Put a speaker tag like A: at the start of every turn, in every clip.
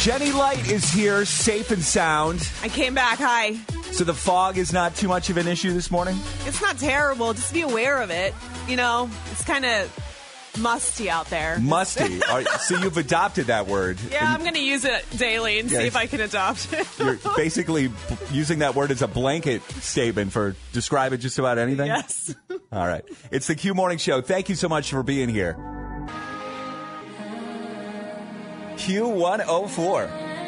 A: Jenny Light is here, safe and sound.
B: I came back. Hi.
A: So the fog is not too much of an issue this morning?
B: It's not terrible. Just be aware of it. You know, it's kind of musty out there.
A: Musty. All right, so you've adopted that word.
B: Yeah, I'm going to use it daily and
A: Yeah,
B: see if I can adopt it.
A: You're basically b- using that word as a blanket statement for describe it just about anything?
B: yes.
A: All right. It's the Q Morning Show. Thank you so much for being here. Q104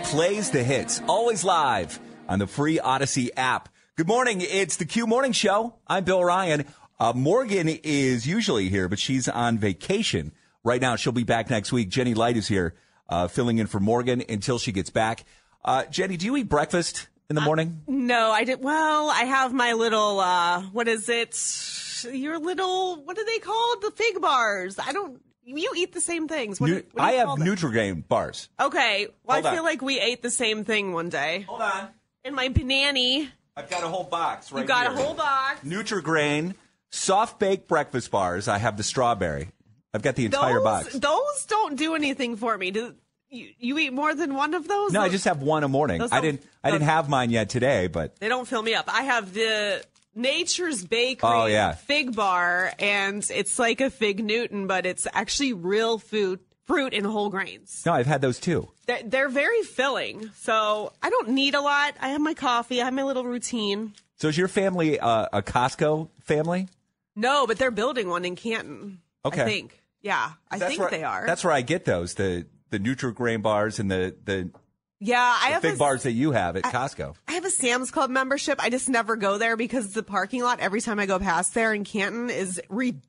A: plays the hits, always live on the free Odyssey app. Good morning. It's the Q Morning Show. I'm Bill Ryan. Uh, Morgan is usually here, but she's on vacation right now. She'll be back next week. Jenny Light is here, uh, filling in for Morgan until she gets back. Uh, Jenny, do you eat breakfast in the
B: Uh,
A: morning?
B: No, I did. Well, I have my little, uh, what is it? Your little, what are they called? The fig bars. I don't, you eat the same things. What, do-
A: Nu-
B: what do you
A: I have
B: call them?
A: Nutrigrain bars.
B: Okay. Well,
A: Hold
B: I
A: on.
B: feel like we ate the same thing one day.
A: Hold on.
B: And my banani.
A: I've got a whole box right
B: You got
A: here.
B: a whole box.
A: Nutrigrain soft baked breakfast bars. I have the strawberry. I've got the entire
B: those,
A: box.
B: Those don't do anything for me. Do you, you eat more than one of those?
A: No, I just have one a morning.
B: Those
A: I
B: don't-
A: didn't. I didn't have mine yet today, but
B: They don't fill me up. I have the Nature's Bakery
A: Oh, yeah.
B: fig bar, and it's like a fig Newton, but it's actually real food, fruit and whole grains.
A: no, I've had those too.
B: They're, they're very filling, so I don't need a lot. I have my coffee. I have my little routine.
A: So is your family uh, a Costco family?
B: No, but they're building one in Canton.
A: Okay.
B: I think. Yeah, I think
A: where,
B: they are.
A: That's where I get those the the Nutrigrain bars and the the
B: yeah, I have
A: big
B: a-
A: bars that you have at Costco.
B: I have a Sam's Club membership. I just never go there because the parking lot every time I go past there in Canton is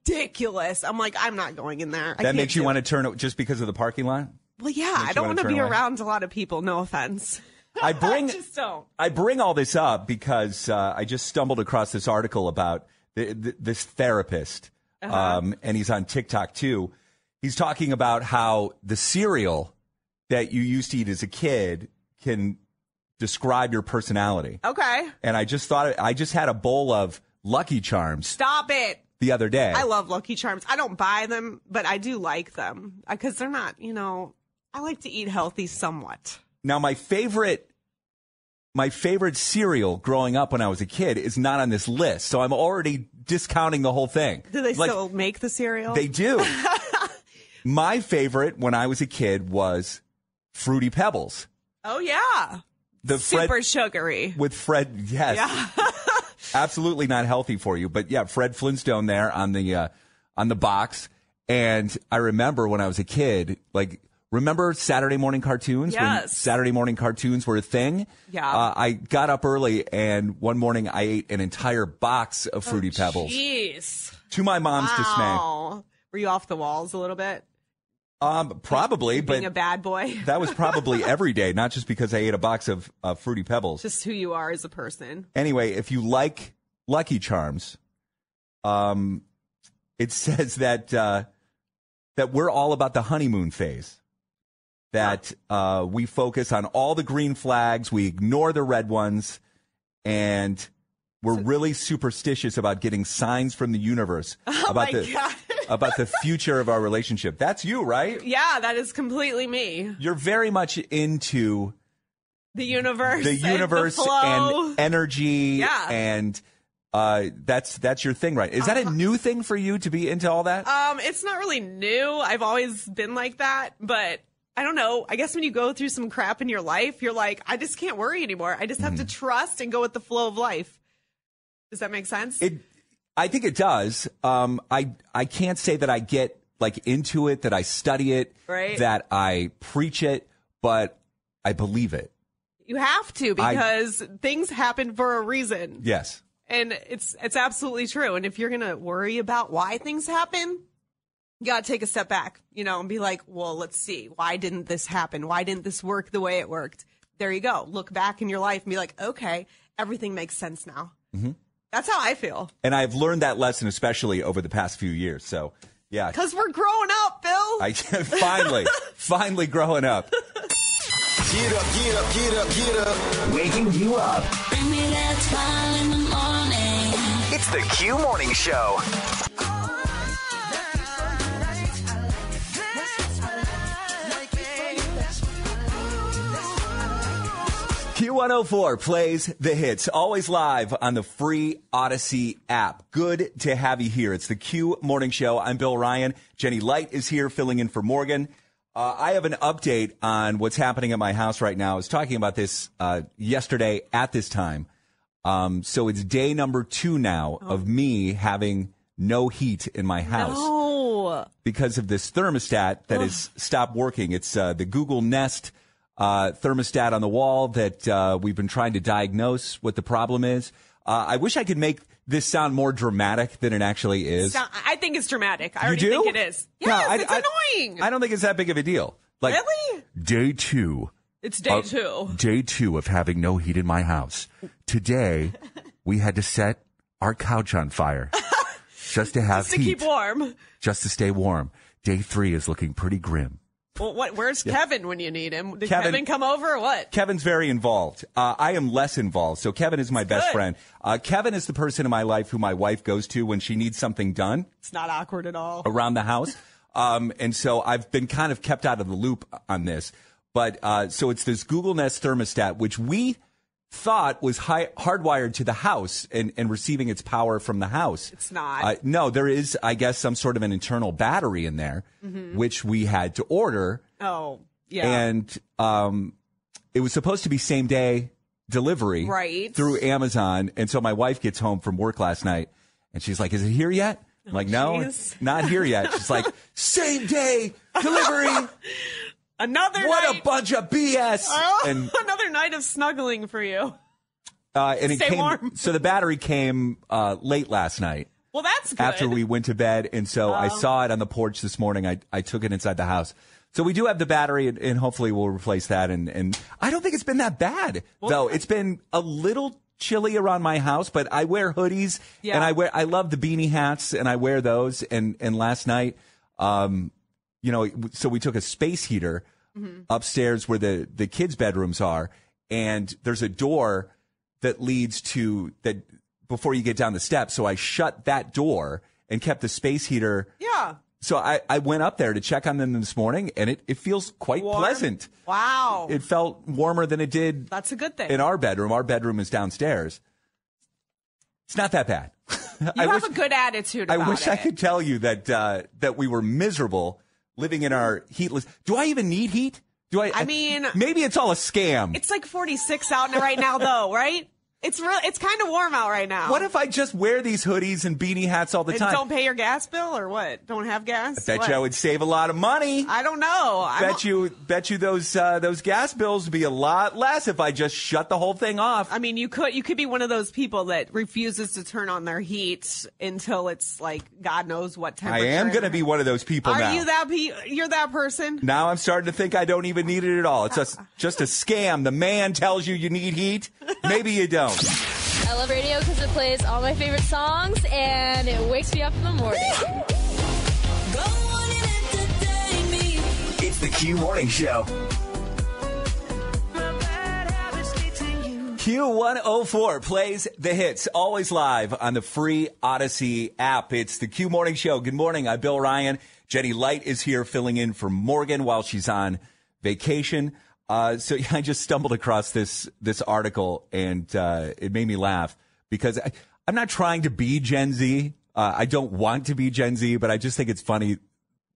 B: ridiculous. I'm like, I'm not going in there.
A: That makes you want to turn it just because of the parking lot.
B: Well, yeah, I
A: you
B: don't
A: wanna
B: want to
A: turn
B: be
A: away?
B: around a lot of people. No offense.
A: I bring
B: just don't.
A: I bring all this up because uh, I just stumbled across this article about th- th- this therapist,
B: Uh-huh.
A: um, and he's on TikTok too. He's talking about how the cereal that you used to eat as a kid can describe your personality.
B: Okay,
A: And I just thought I just had a bowl of Lucky Charms
B: stop it.
A: the other day.
B: I love Lucky Charms. I don't buy them, but I do like them because they're not. You know, I like to eat healthy somewhat.
A: Now my favorite my favorite cereal growing up when I was a kid is not on this list. So I'm already discounting the whole thing.
B: Do they
A: Like,
B: still make the cereal?
A: They do. my favorite when I was a kid was Fruity Pebbles.
B: oh yeah,
A: The
B: super
A: Fred
B: sugary.
A: with Fred, yes. absolutely not healthy for you, but yeah, Fred Flintstone there on the uh, on the box. And I remember when I was a kid, like remember Saturday morning cartoons? When
B: Yes.
A: Saturday morning cartoons were a thing.
B: Yeah.
A: Uh, I got up early, and one morning I ate an entire box of Fruity Pebbles
B: Jeez.
A: to my mom's dismay.
B: Oh, Wow. Were you off the walls a little bit?
A: Um, probably, but
B: being a bad boy.
A: that was probably every day, not just because I ate a box of uh, Fruity Pebbles.
B: Just who you are as a person.
A: anyway, if you like Lucky Charms, um, it says that uh, that we're all about the honeymoon phase. That uh, we focus on all the green flags, we ignore the red ones, and we're really superstitious about getting signs from the universe about
B: Oh my
A: the
B: God.
A: about the future of our relationship. That's you, right?
B: Yeah, that is completely me.
A: You're very much into
B: The universe.
A: the
B: and
A: universe and,
B: flow.
A: energy
B: Yeah. Uh-huh.
A: and uh, that's that's your thing, right? Is that a new thing for you to be into all that?
B: Um, it's not really new. I've always been like that, but I don't know. I guess when you go through some crap in your life, you're like, I just can't worry anymore. I just have
A: Mm-hmm.
B: to trust and go with the flow of life. Does that make sense?
A: It, I think it does. Um, I I can't say that I get like into it, that I study it,
B: Right.
A: that I preach it, but I believe it.
B: you have to
A: I-
B: because things happen for a reason.
A: Yes.
B: And it's it's absolutely true. And if you're gonna worry about why things happen, you gotta take a step back, you know, and be like, well, let's see, why didn't this happen? Why didn't this work the way it worked? There you go. Look back in your life and be like, okay, everything makes sense now. Mm-hmm. That's how I feel
A: And I've learned that lesson especially over the past few years. So, yeah.
B: because we're growing up, Bill.
A: I finally finally growing up.
C: Get up, get up, get up, get up. Waking you up.
D: Bring me that smile in the morning.
C: It's the Q Morning Show.
A: Q104 plays the hits, always live on the free Odyssey app. Good to have you here. It's the Q Morning Show. I'm Bill Ryan. Jenny Light is here filling in for Morgan. Uh, I have an update on what's happening at my house right now. I was talking about this uh, yesterday at this time. Um, so it's day number two now of me having no heat in my house
B: oh,
A: because of this thermostat that has stopped working. It's uh, the Google Nest uh, thermostat on the wall that uh, we've been trying to diagnose what the problem is. Uh, I wish I could make this sound more dramatic than it actually is.
B: So- I think it's dramatic. I
A: you
B: already
A: do?
B: think it is.
A: No,
B: Yes,
A: I-
B: it's
A: I-
B: annoying.
A: I don't think it's that big of a deal. Like
B: really?
A: day two
B: It's day
A: Oh.
B: two.
A: day two of having no heat in my house. Today, we had to set our couch on fire just to have
B: Just to keep warm.
A: just to stay warm. Day three is looking pretty grim.
B: Well, what? Where's Kevin when you need him? Did
A: Kevin-
B: Kevin, come over or what?
A: Kevin's very involved. Uh, I am less involved. So Kevin is my best
B: good.
A: friend. Uh, Kevin is the person in my life who my wife goes to when she needs something done
B: It's not awkward at all.
A: around the house. Um, and so I've been kind of kept out of the loop on this. But uh, so it's this Google Nest thermostat, which we thought was hi- hardwired to the house and, and receiving its power from the house.
B: It's not.
A: Uh, no, there is, I guess, some sort of an internal battery in there,
B: Mm-hmm.
A: which we had to order.
B: Oh, yeah.
A: and um, it was supposed to be same day delivery
B: Right.
A: through Amazon. And so my wife gets home from work last night and she's like, Is it here yet? I'm like, No,
B: jeez.
A: it's not here yet. She's like, Same day delivery.
B: another
A: what
B: night,
A: a bunch of BS.
B: Oh,
A: And,
B: another night of snuggling for you.
A: uh, and it
B: Stay
A: came,
B: warm.
A: so the battery came uh, late last night.
B: Well, that's good. Oh.
A: after we went to bed. And so I saw it on the porch this morning. I, I took it inside the house. So we do have the battery and, and hopefully we'll replace that. And, and I don't think it's been that bad though. It's been a little chilly around my house, but I wear hoodies
B: Yeah.
A: and I wear, I love the beanie hats and I wear those. And, and last night, um, you know, so we took a space heater
B: Mm-hmm.
A: upstairs where the, the kids' bedrooms are, and there's a door that leads to that before you get down the steps. So I shut that door and kept the space heater.
B: yeah.
A: So I, I went up there to check on them this morning, and it, it feels quite
B: Warm.
A: pleasant.
B: Wow.
A: It felt warmer than it did
B: that's a good thing.
A: in our bedroom. Our bedroom is downstairs. It's not that bad.
B: you have a good attitude.
A: I
B: about
A: wish I
B: it.
A: could tell you that uh, that we were miserable living in our heatless. Do I even need heat? Do I?
B: I mean-
A: maybe it's all a scam.
B: It's like 46 out right now, though, right? It's real. It's kind of warm out right now.
A: What if I just wear these hoodies and beanie hats all the
B: And
A: time?
B: don't pay your gas bill or what? Don't have gas?
A: bet
B: What?
A: you I would save a lot of money.
B: I don't know. I
A: bet
B: don't-
A: you, bet you those uh, those gas bills would be a lot less if I just shut the whole thing off.
B: I mean, you could you could be one of those people that refuses to turn on their heat until it's like God knows what
A: I
B: temperature.
A: am going to be one of those people
B: Are
A: now.
B: you that? Pe- you're that person.
A: now I'm starting to think I don't even need it at all. It's just just a scam. The man tells you you need heat. Maybe you don't.
E: I love radio because it plays all my favorite songs and it wakes me up in the morning.
D: Go on and entertain me.
C: It's the Q Morning Show.
A: Q104 plays the hits, always live on the free Odyssey app. It's the Q Morning Show. Good morning. I'm Bill Ryan. Jenny Light is here filling in for Morgan while she's on vacation. Uh, so yeah, I just stumbled across this, this article and, uh, it made me laugh because I, I'm not trying to be Gen Z. Uh, I don't want to be Gen Z, but I just think it's funny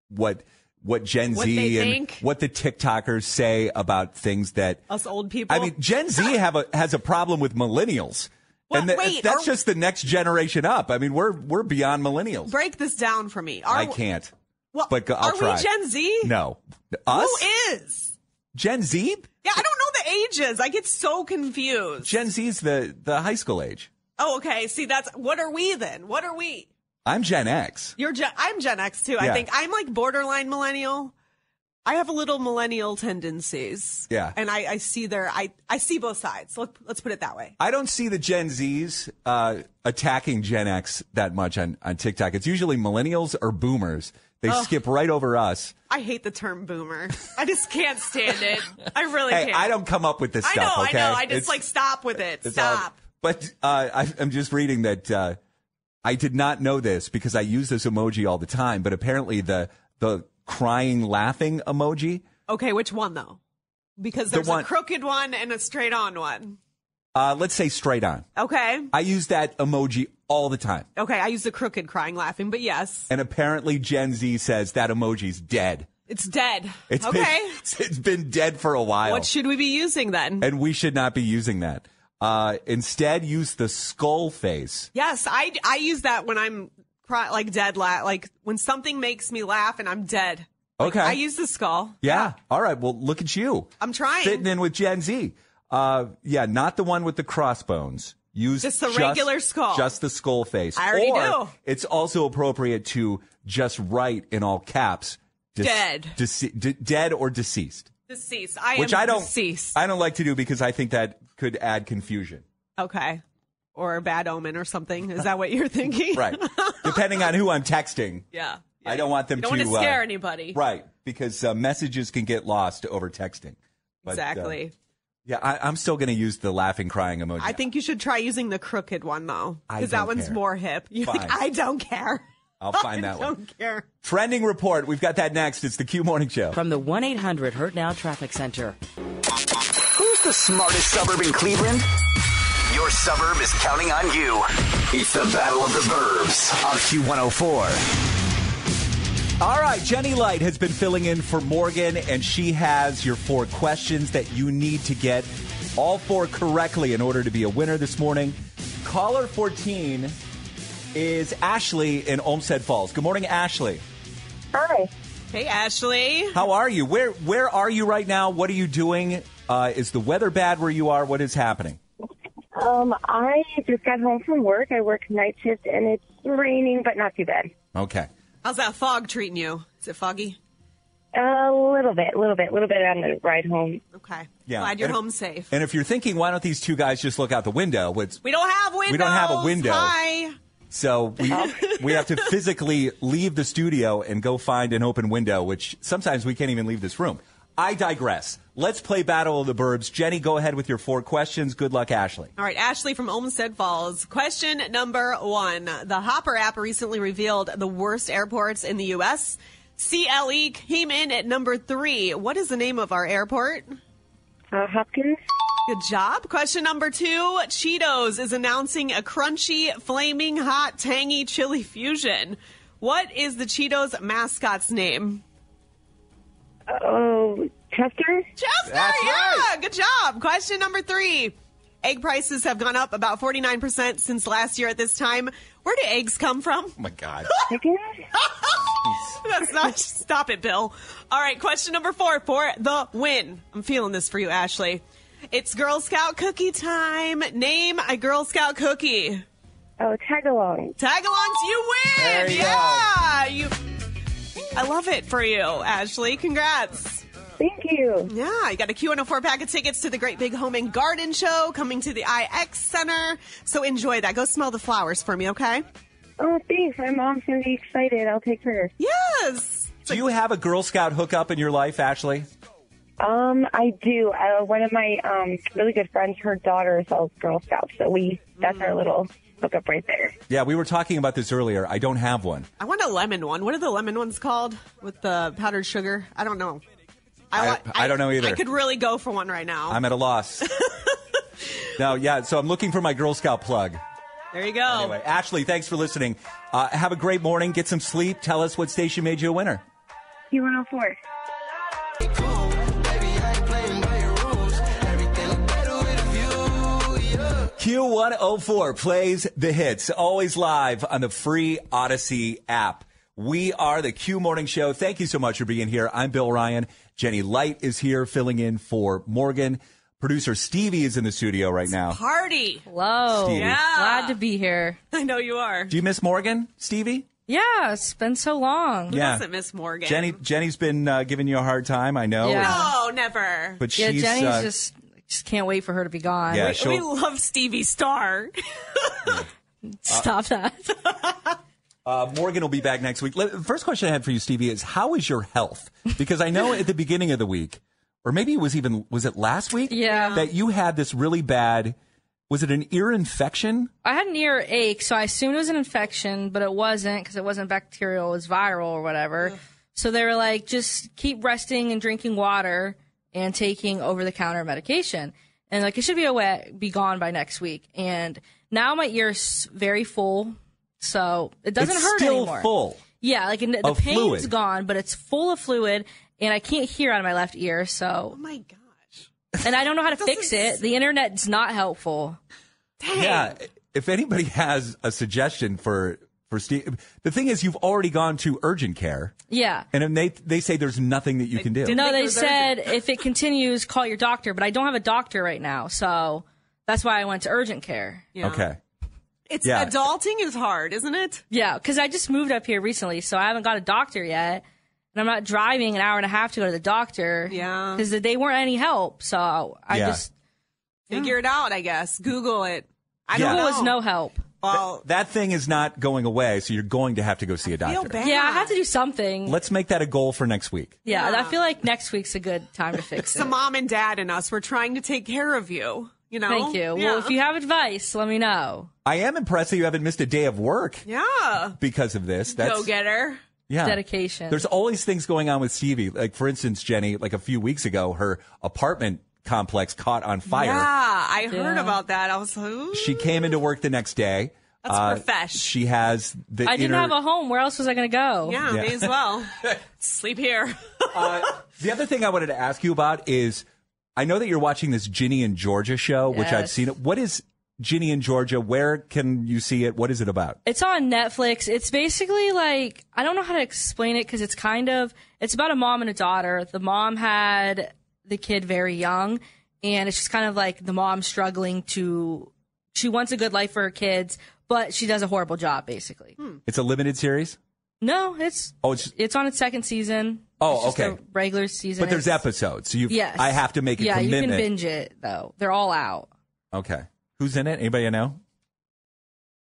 A: what, what Gen
B: What
A: Z
B: they
A: and
B: think.
A: what the TikTokers say about things that
B: Us old people.
A: I mean, Gen Z have a has a problem with millennials,
B: Well,
A: and tha-
B: wait,
A: that's
B: are-
A: just the next generation up. I mean, we're we're beyond millennials.
B: break this down for me. Are,
A: I can't,
B: Well,
A: but go- I'll
B: are
A: try.
B: we Gen Z?
A: No,
B: Who
A: us
B: is?
A: Gen Z.
B: Yeah, I don't know the ages. I get so confused.
A: Gen Z's the the high school age.
B: Oh, okay. See, that's what are we then? What are we?
A: I'm Gen X.
B: You're Gen. I'm Gen X too.
A: Yeah.
B: I think I'm like borderline millennial. I have a little millennial tendencies.
A: Yeah.
B: and I, I see their. I I see both sides. Look, let's put it that way.
A: I don't see the Gen Zs uh, attacking Gen X that much on, on TikTok. It's usually millennials or boomers. They skip right over us.
B: I hate the term boomer. I just can't stand it. I really
A: Hey,
B: can't.
A: I don't come up with this
B: I know.
A: stuff.
B: I
A: okay?
B: know. I just
A: It's-
B: like stop with it.
A: It's all-
B: Stop.
A: but uh, I, I'm just reading that uh, I did not know this because I use this emoji all the time. But apparently, the the crying laughing emoji.
B: Okay, which one though? Because
A: The
B: there's
A: one-
B: a crooked one and a straight on one.
A: Uh, let's say straight on.
B: Okay.
A: I use that emoji all the time,
B: Okay, I use the crooked crying laughing, but yes,
A: and apparently Gen Z says that emoji's dead.
B: it's dead.
A: It's been-
B: okay.
A: it's been dead for a while,
B: What should we be using then?
A: and we should not be using that. Uh, instead, use the skull face.
B: yes, I, I use that when I'm cry, like dead, la- like when something makes me laugh and I'm dead. Like,
A: Okay.
B: I use the skull.
A: Yeah. All right. Well, look at you.
B: I'm trying.
A: fitting in with Gen Z. Uh, yeah, not the one with the crossbones. Use
B: Just the regular skull.
A: Just the skull face.
B: I already
A: or
B: do.
A: It's also appropriate to just write in all caps. dece-
B: Dead.
A: dece- de- dead or deceased.
B: Deceased. I
A: Which
B: am
A: I don't.
B: deceased.
A: I don't like to do because I think that could add confusion.
B: okay. Or a bad omen or something. Is that what you're thinking?
A: Right. Depending on who I'm texting.
B: yeah.
A: I don't want them
B: You don't
A: to,
B: want to scare
A: uh,
B: anybody.
A: Right. Because uh, messages can get lost over texting. But, uh,
B: Exactly.
A: yeah, I, I'm still going to use the laughing, crying emoji.
B: I think you should try using the crooked one though,
A: I
B: because
A: don't
B: that one's
A: care.
B: more hip. You're
A: Fine.
B: like, I don't care.
A: I'll find that
B: I
A: one.
B: don't care.
A: Trending report. We've got that next. It's the Q Morning Show.
F: From the 1 800 Hurt Now Traffic Center.
C: Who's the smartest suburb in Cleveland? Your suburb is counting on you. It's the Battle of the Burbs on Q104.
A: All right, Jenny Light has been filling in for Morgan, and she has your four questions that you need to get all four correctly in order to be a winner this morning. Caller 14 is Ashley in Olmsted Falls. Good morning, Ashley.
G: Hi.
B: Hey, Ashley.
A: How are you? Where where are you right now? What are you doing? Uh, is the weather bad where you are? What is happening?
G: Um, I just got home from work. I work night shift, and it's raining, but not too bad.
A: Okay.
B: How's that fog treating you? Is it foggy?
G: A little bit, little bit, little bit on the ride home.
B: Okay.
A: Yeah.
B: Glad you're
A: And if-
B: home safe.
A: And if you're thinking, why don't these two guys just look out the window? What's
B: we don't have windows.
A: We don't have a window.
B: Hi.
A: So we,
B: Oh.
A: we have to physically leave the studio and go find an open window, which sometimes we can't even leave this room. I digress. Let's play Battle of the Burbs. Jenny, go ahead with your four questions. Good luck, Ashley.
B: All right, Ashley from Olmsted Falls. Question number one. The Hopper app recently revealed the worst airports in the U.S. CLE E came in at number three. What is the name of our airport?
G: Uh, Hopkins,
B: Good job. Question number two. Cheetos is announcing a crunchy, flaming, hot, tangy chili fusion. What is the Cheetos mascot's name?
G: oh, Chester,
B: Chester,
A: That's
B: yeah,
A: right.
B: good job. Question number three. Egg prices have gone up about 49% since last year at this time. Where do eggs come from?
A: Oh my God.
G: Chicken,
B: That's not. Stop it, Bill. All right, question number four for the win. I'm feeling this for you, Ashley. It's Girl Scout cookie time. Name a Girl Scout cookie.
G: oh, Tagalong.
B: Tagalongs, you win!
A: There you
B: yeah! You I love it for you, Ashley. Congrats.
G: Thank you.
B: Yeah, you got a Q104 pack of tickets to the Great Big Home and Garden Show coming to the IX Center. So enjoy that. Go smell the flowers for me, okay?
G: Oh, thanks. My mom's gonna be excited. I'll take her.
B: Yes.
A: Do you have a Girl Scout hookup in your life, Ashley?
G: Um, I do. Uh, one of my um, really good friends, her daughter is all Girl Scouts, so we that's our little hookup right there.
A: Yeah, we were talking about this earlier. I don't have one.
B: I want a lemon one. What are the lemon ones called with the powdered sugar? I don't know.
A: I,
B: want-
A: I don't know either.
B: I could really go for one right now.
A: I'm at a loss. no, yeah. So I'm looking for my Girl Scout plug.
B: there you go.
A: Anyway, Ashley, thanks for listening. Uh, have a great morning. Get some sleep. Tell us what station made you a winner.
G: Q104.
A: Q104 plays the hits, always live on the free Odyssey app. We are the Q Morning Show. Thank you so much for being here. I'm Bill Ryan. Jenny Light is here filling in for Morgan. Producer Stevie is in the studio right now.
B: Party.
H: Hello.
A: Stevie.
H: Yeah. Glad to be here.
B: I know you are.
A: Do you miss Morgan, Stevie?
H: Yeah, it's been so long.
A: Who Yeah. doesn't
B: miss Morgan?
A: Jenny, Jenny's been uh, giving you a hard time. I know.
B: No, Oh, never.
A: But
H: yeah,
A: she's,
H: Jenny's
A: uh,
H: just just can't wait for her to be gone.
A: Yeah, We- she'll- we
B: love Stevie Star.
H: Stop that.
A: Uh, Morgan will be back next week. Let- First question I had for you, Stevie, is how is your health? Because I know at the beginning of the week, or maybe it was even was it last week?
H: Yeah.
A: That you had this really bad. Was it an ear infection?
H: I had an ear ache, so I assumed it was an infection, but it wasn't because it wasn't bacterial, it was viral or whatever. So they were like, just keep resting and drinking water and taking over the counter medication. And like, it should be away, be gone by next week. And now my ear's very full, so it doesn't
A: It's
H: hurt
A: still
H: anymore.
A: full.
H: Yeah, like and the
A: Of
H: pain's
A: fluid.
H: gone, but it's full of fluid, and I can't hear out of my left ear. So, oh
B: my
H: gosh, and I don't know how to fix it. The internet's not helpful.
A: Yeah. If anybody has a suggestion for for Steve, the thing is, you've already gone to urgent care,
H: Yeah.
A: and then they they say there's nothing that you can do.
H: no, they said if it continues, call your doctor. But I don't have a doctor right now, so that's why I went to urgent care.
A: Okay.
B: It's
A: Yeah.
B: adulting is hard, isn't it?
H: Yeah, because I just moved up here recently, so I haven't got a doctor yet, and I'm not driving an hour and a half to go to the doctor. Yeah, because they weren't any help, so I
A: Yeah.
H: just
B: Figure it out, I guess. Google it. I
A: Yeah.
H: Google
A: don't
H: was
A: know.
H: no help.
B: Well,
A: That thing is not going away, so you're going to have to go see a doctor.
H: yeah, I have to do something.
A: Let's make that a goal for next week.
H: Yeah, I feel like next week's a good time to fix
B: it's
H: it.
B: the mom and dad and us. We're trying to take care of you. You know.
H: Thank you. Well, if you have advice, let me know.
A: I am impressed that you haven't missed a day of work
B: Yeah.
A: because of this. That's
B: Go getter.
A: yeah.
H: Dedication.
A: There's always things going on with Stevie. Like for instance, Jenny, like a few weeks ago, her apartment complex caught on fire.
B: Yeah, I heard
H: Yeah.
B: about that. I was like, ooh.
A: She came into work the next day. Uh,
B: That's profesh.
A: She has the
H: I didn't
A: inner-
H: have a home. Where else was I going to go?
B: yeah,
A: Yeah.
B: may as well sleep here.
A: The other thing I wanted to ask you about is I know that you're watching this Ginny and Georgia show, which I've
H: Yes.
A: seen. What is Ginny and Georgia? Where can you see it? What is it about?
H: It's on Netflix. It's basically like I don't know how to explain it because it's kind of it's about a mom and a daughter. The mom had the kid very young, and it's just kind of like the mom struggling to. She wants a good life for her kids, but she does a horrible job. Basically,
A: It's a limited series.
H: no, it's
A: Oh, it's
H: it's on its second season.
A: Oh,
H: It's just
A: okay.
H: a regular season.
A: but there's
H: It's-
A: episodes, so you.
H: Yes.
A: I have to make a
H: yeah,
A: commitment.
H: you can binge it though. They're all out.
A: Okay. Who's in it? Anybody I know?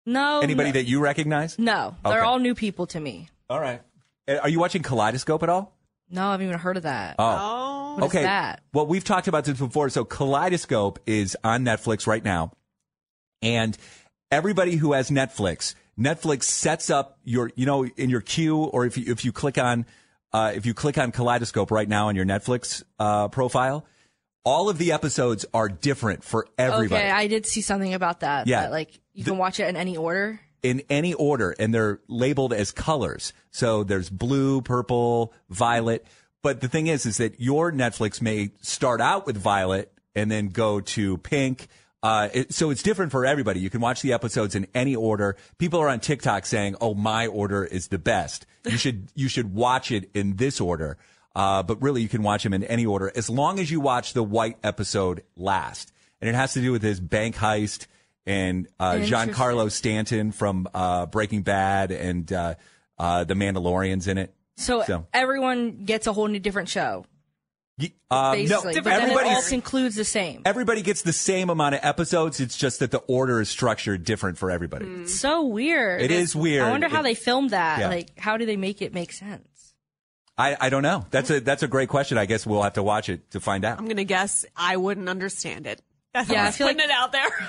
H: No.
A: Anybody
H: Oh, no,
A: that you recognize?
H: No, they're
A: Okay.
H: all new people to me.
A: All right. Uh, Are you watching Kaleidoscope at all?
H: No, I haven't even heard of that.
A: Oh.
H: What is
A: okay.
H: that?
A: Well, we've talked about this before. So Kaleidoscope is on Netflix right now. And everybody who has Netflix, Netflix sets up your, you know, in your queue or if you, if you click on, uh, if you click on Kaleidoscope right now on your Netflix, uh, profile, all of the episodes are different for everybody.
H: Okay, I did see something about that.
A: Yeah.
H: that, like you can watch it in any order.
A: in any order and they're labeled as colors. So there's blue, purple, violet. But the thing is, is that your Netflix may start out with violet and then go to pink. Uh, it, so it's different for everybody. You can watch the episodes in any order. People are on TikTok saying, "Oh, my order is the best. You should you should watch it in this order." Uh, but really, you can watch them in any order as long as you watch the white episode last. And it has to do with his bank heist and uh,
H: Interesting.
A: Giancarlo Carlo Stanton from uh, Breaking Bad and uh, uh, The Mandalorian's in it.
H: So, everyone gets a whole new different show.
A: y- um, no,
H: Basically, but then it all
A: everybody's,
H: concludes the same.
A: everybody gets the same amount of episodes. It's just that the order is structured different for everybody.
H: It's so weird.
A: It is weird.
H: I wonder how
A: It-
H: they filmed that.
A: yeah.
H: Like, how do they make it make sense?
A: I, I don't know. That's a that's a great question. I guess we'll have to watch it to find out.
B: I'm gonna guess I wouldn't understand it. That's
I: Yeah,
B: yeah,
I: I
B: I'm
I: feel like-
B: putting it out there.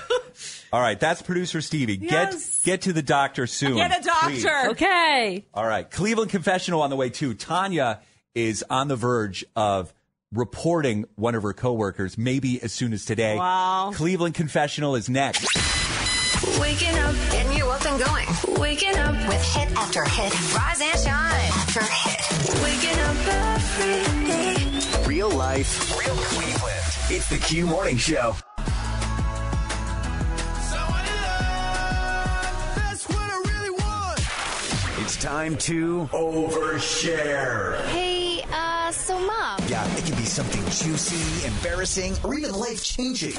A: All right, that's producer Stevie.
B: Yes.
A: Get get to the doctor soon.
B: Get a
A: please.
B: doctor.
I: Okay.
A: All right, Cleveland Confessional on the way too. Tanya is on the verge of reporting one of her coworkers, maybe as soon as today.
J: Wow.
A: Cleveland Confessional is next.
J: Waking up, getting you up and going. Waking up with hit after hit, rise and shine after hit. Waking up every day.
C: Real life, real Cleveland. It's the Q Morning Show. It's time to oh, overshare.
K: Hey, uh, so mom.
C: Yeah, it can be something juicy, embarrassing, or even life changing.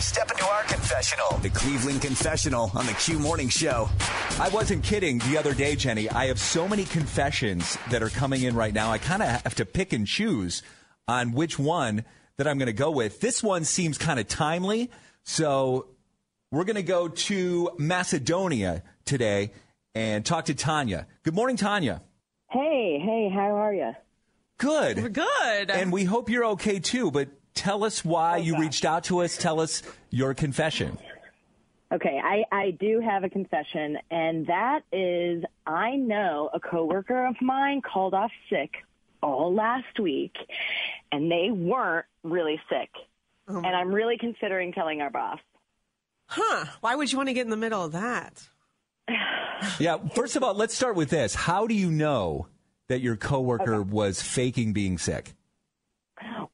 C: Step into our confessional, the Cleveland Confessional on the Q Morning Show.
A: I wasn't kidding the other day, Jenny. I have so many confessions that are coming in right now. I kind of have to pick and choose on which one that I'm going to go with. This one seems kind of timely. So we're going to go to Macedonia today and talk to Tanya. Good morning, Tanya.
H: Hey, hey, how are you?
A: Good. We're
B: good.
A: And we hope you're okay too, but tell us why you reached out to us. Tell us your confession.
H: Okay, I, I do have a confession, and that is I know a coworker of mine called off sick all last week, and they weren't really sick. and I'm really considering telling our boss.
B: huh? Why would you want to get in the middle of that?
A: Yeah. First of all, let's start with this. How do you know that your coworker was faking being sick?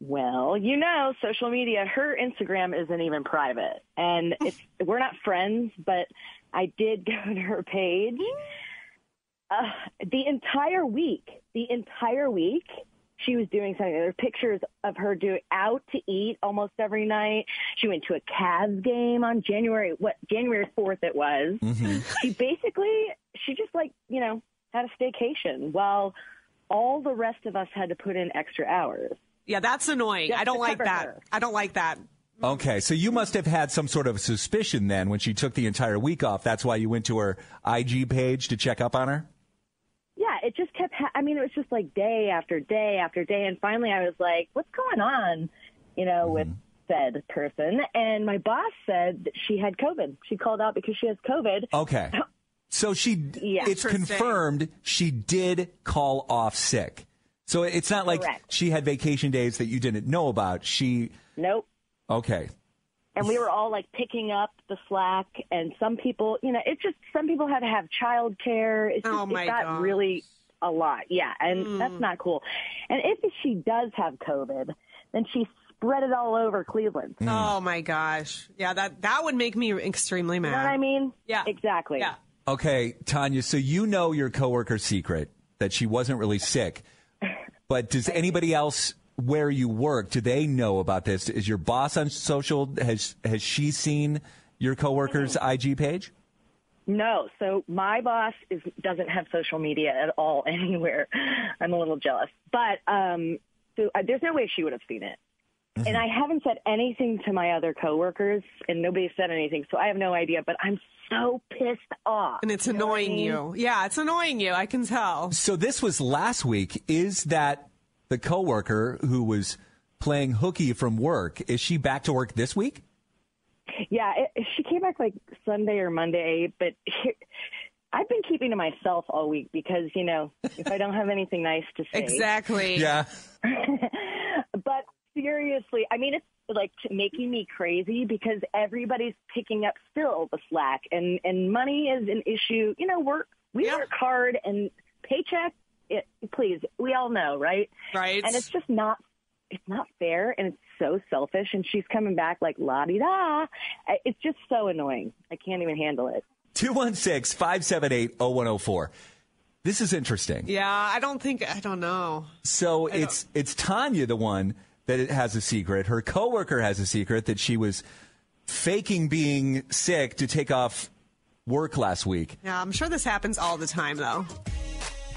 H: Well, you know, social media, her Instagram isn't even private. And it's we're not friends, but I did go to her page. Uh, the entire week, the entire week, she was doing something. There were pictures of her doing out to eat almost every night. She went to a Cavs game on January what January 4th it was. She basically she just like, you know, had a staycation while all the rest of us had to put in extra hours.
B: Yeah, that's annoying.
H: Just
B: I don't
H: to
B: like
H: cover
B: that.
H: her.
B: I don't like that.
A: Okay. So you must have had some sort of suspicion then when she took the entire week off. That's why you went to her IG page to check up on her?
H: Yeah, it just kept. Ha- I mean, it was just like day after day after day, and finally, I was like, "What's going on?" You know, with said person. And my boss said that she had COVID. She called out because she has COVID.
A: Okay. So she,
H: Yeah.
A: it's
H: Interesting.
A: confirmed she did call off sick. So it's not like
H: Correct.
A: she had vacation days that you didn't know about. She,
H: Nope.
A: okay.
H: And we were all like picking up the slack, and some people, you know, it's just some people had to have childcare. It's just,
B: Oh, my
H: it got
B: gosh. Hmm.
H: really a lot. Yeah, and that's not cool. And if she does have COVID, then she spread it all over Cleveland.
A: Mm.
B: Oh my gosh. Yeah, that that would make me extremely mad.
H: You know what I mean? Yeah. Exactly. Yeah.
A: Okay, Tanya, so you know your coworker's secret that she wasn't really sick. But does anybody else where you work, do they know about this? Is your boss on social has has she seen your coworker's IG page?
H: No, so my boss is doesn't have social media at all anywhere. I'm a little jealous, but um, so uh, there's no way she would have seen it. And I haven't said anything to my other coworkers, and nobody's said anything, so I have no idea. But I'm so pissed off,
B: And it's
H: You know what I
B: annoying you.
H: mean?
B: Yeah, it's annoying you. I can tell.
A: So this was last week. Is that the coworker who was playing hooky from work? Is she back to work this week?
H: Yeah, it, she came back like Sunday or Monday, but here, I've been keeping to myself all week because you know if I don't have anything nice to say,
A: Yeah.
H: but seriously, I mean, it's like t- making me crazy because everybody's picking up still the slack, and and money is an issue. You know, work we work hard and paycheck. It, please, we all know, right?
B: Right.
H: And it's just not. It's not fair, and it's so selfish. And she's coming back like la di da. It's just so annoying. I can't even handle it.
A: 216 578 0104. This is interesting.
B: Yeah, I don't think I don't know.
A: So it's it's Tanya the one that it has a secret. Her coworker has a secret that she was faking being sick to take off work last week.
B: Yeah, I'm sure this happens all the time though.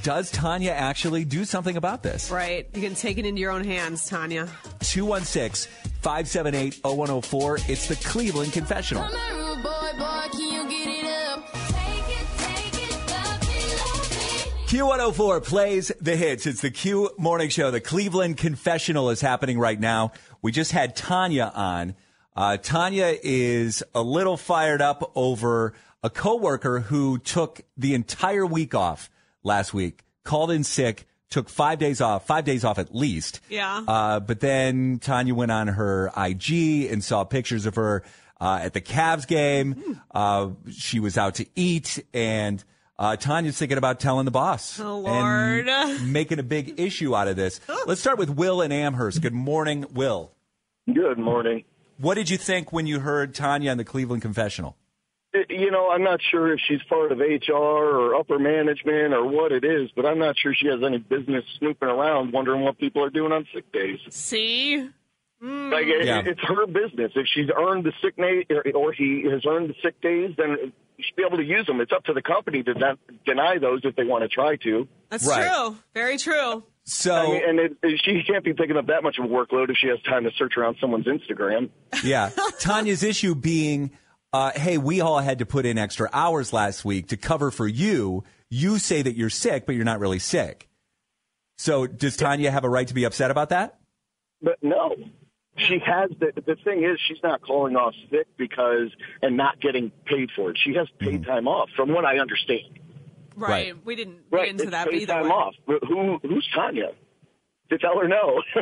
A: Does Tanya actually do something about this?
B: Right. You can take it into your own hands, Tanya.
A: 216 578 0104. It's the Cleveland Confessional.
L: Come on, rude boy, boy, can you get it up? Take it, take it, love me, love me.
A: Q104 plays the hits. It's the Q Morning Show. The Cleveland Confessional is happening right now. We just had Tanya on. Uh, Tanya is a little fired up over a coworker who took the entire week off last week, called in sick, took five days off, five days off at least.
B: Yeah.
A: Uh, but then Tanya went on her IG and saw pictures of her uh, at the Cavs
B: Hmm.
A: game. Uh, she was out to eat, and uh, Tanya's thinking about telling the boss.
B: Oh,
A: and
B: Lord.
A: making a big issue out of this. Let's start with Will and Amherst. Good morning, Will.
M: Good morning.
A: What did you think when you heard Tanya on the Cleveland Confessional?
M: You know, I'm not sure if she's part of HR or upper management or what it is, but I'm not sure she has any business snooping around wondering what people are doing on sick days.
B: See? Mm.
M: Like it, it's her business. If she's earned the sick day or- or he has earned the sick days, then she should be able to use them. It's up to the company to not deny those if they want to try to.
B: That's true. Very true.
A: So
M: I mean, and it, it- she can't be picking up that much of a workload if she has time to search around someone's Instagram.
A: Yeah. Tanya's issue being, uh, hey, we all had to put in extra hours last week to cover for you. You say that you're sick, but you're not really sick. So does Tanya have a right to be upset about that?
M: But no, she has the the thing is she's not calling off sick because and not getting paid for it. She has
B: Hmm.
H: Mm-hmm.
M: paid time off, from what I understand.
B: Right. We didn't
M: Right,
B: get into
M: it's
B: that, but
M: paid
B: either
M: time
B: way.
M: off. But who who's Tanya to tell her no?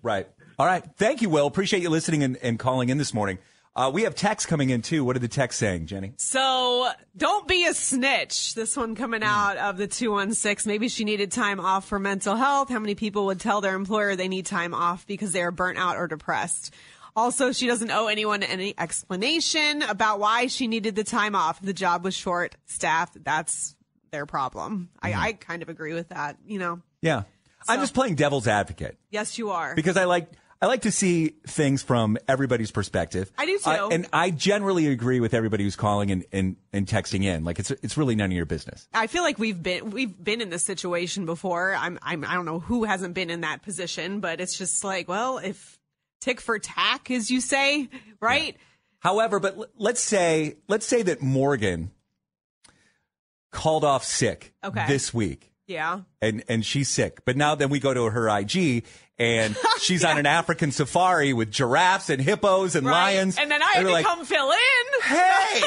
A: Right. All right. Thank you, Will. Appreciate you listening and, and calling in this morning. Uh, we have texts coming in too. What are the texts saying, Jenny?
B: So don't be a snitch. This one coming out of the 216. Maybe she needed time off for mental health. How many people would tell their employer they need time off because they are burnt out or depressed? Also, she doesn't owe anyone any explanation about why she needed the time off. The job was short staffed. That's their problem.
A: Mhm.
B: I, I kind of agree with that. You know,
A: Yeah. I'm just playing devil's advocate
B: yes, you are.
A: because I like I like to see things from everybody's perspective.
B: I do, too.
A: Uh, and I generally agree with everybody who's calling and, and, and texting in. Like it's it's really none of your business.
B: I feel like we've been we've been in this situation before. I'm I'm I don't know who hasn't been in that position, but it's just like, well, if tick for tack, as you say, right?
A: However, but l- let's say let's say that Morgan called off sick
B: Okay.
A: this week,
B: Yeah.
A: and and she's sick. But now then we go to her IG, and she's on an African safari with giraffes and hippos and
B: Right?
A: lions.
B: And then I had
A: we're
B: to
A: like,
B: come fill in.
A: Hey,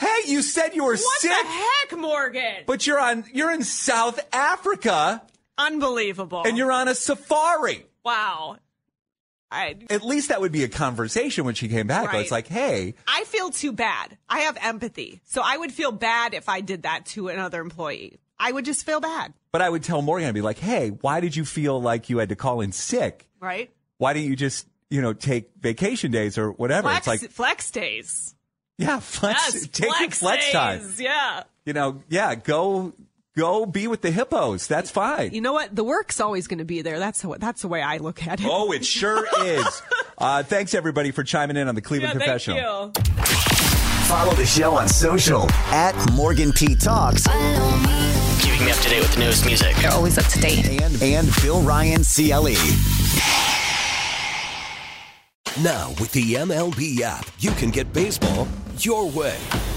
A: hey, you said you were
B: what
A: sick,
B: the heck, Morgan?
A: but you're on you're in South Africa
B: Unbelievable.
A: and you're on a safari.
B: wow. I
A: At least that would be a conversation when she came back.
B: Right.
A: It's like, hey,
B: I feel too bad. I have empathy, so I would feel bad if I did that to another employee. I would just feel bad,
A: but I would tell Morgan, I'd be like, hey, why did you feel like you had to call in sick?
B: right?
A: why don't you just you know take vacation days or whatever?
B: Flex,
A: It's like
B: flex days.
A: yeah, flex,
B: Yes,
A: take your flex
B: days.
A: time.
B: Yeah.
A: You know, yeah, go go be with the hippos. That's fine.
B: You know what? The work's always going to be there. That's the, that's the way I look at it.
A: Oh, it sure is. Uh, thanks everybody for chiming in on the Cleveland Confessional.
C: Follow the show on social at Morgan P Talks.
N: Keeping me up to date with the newest music.
C: They're always up to date. And, and Bill Ryan E. CLE.
O: Now, with the MLB app, you can get baseball your way.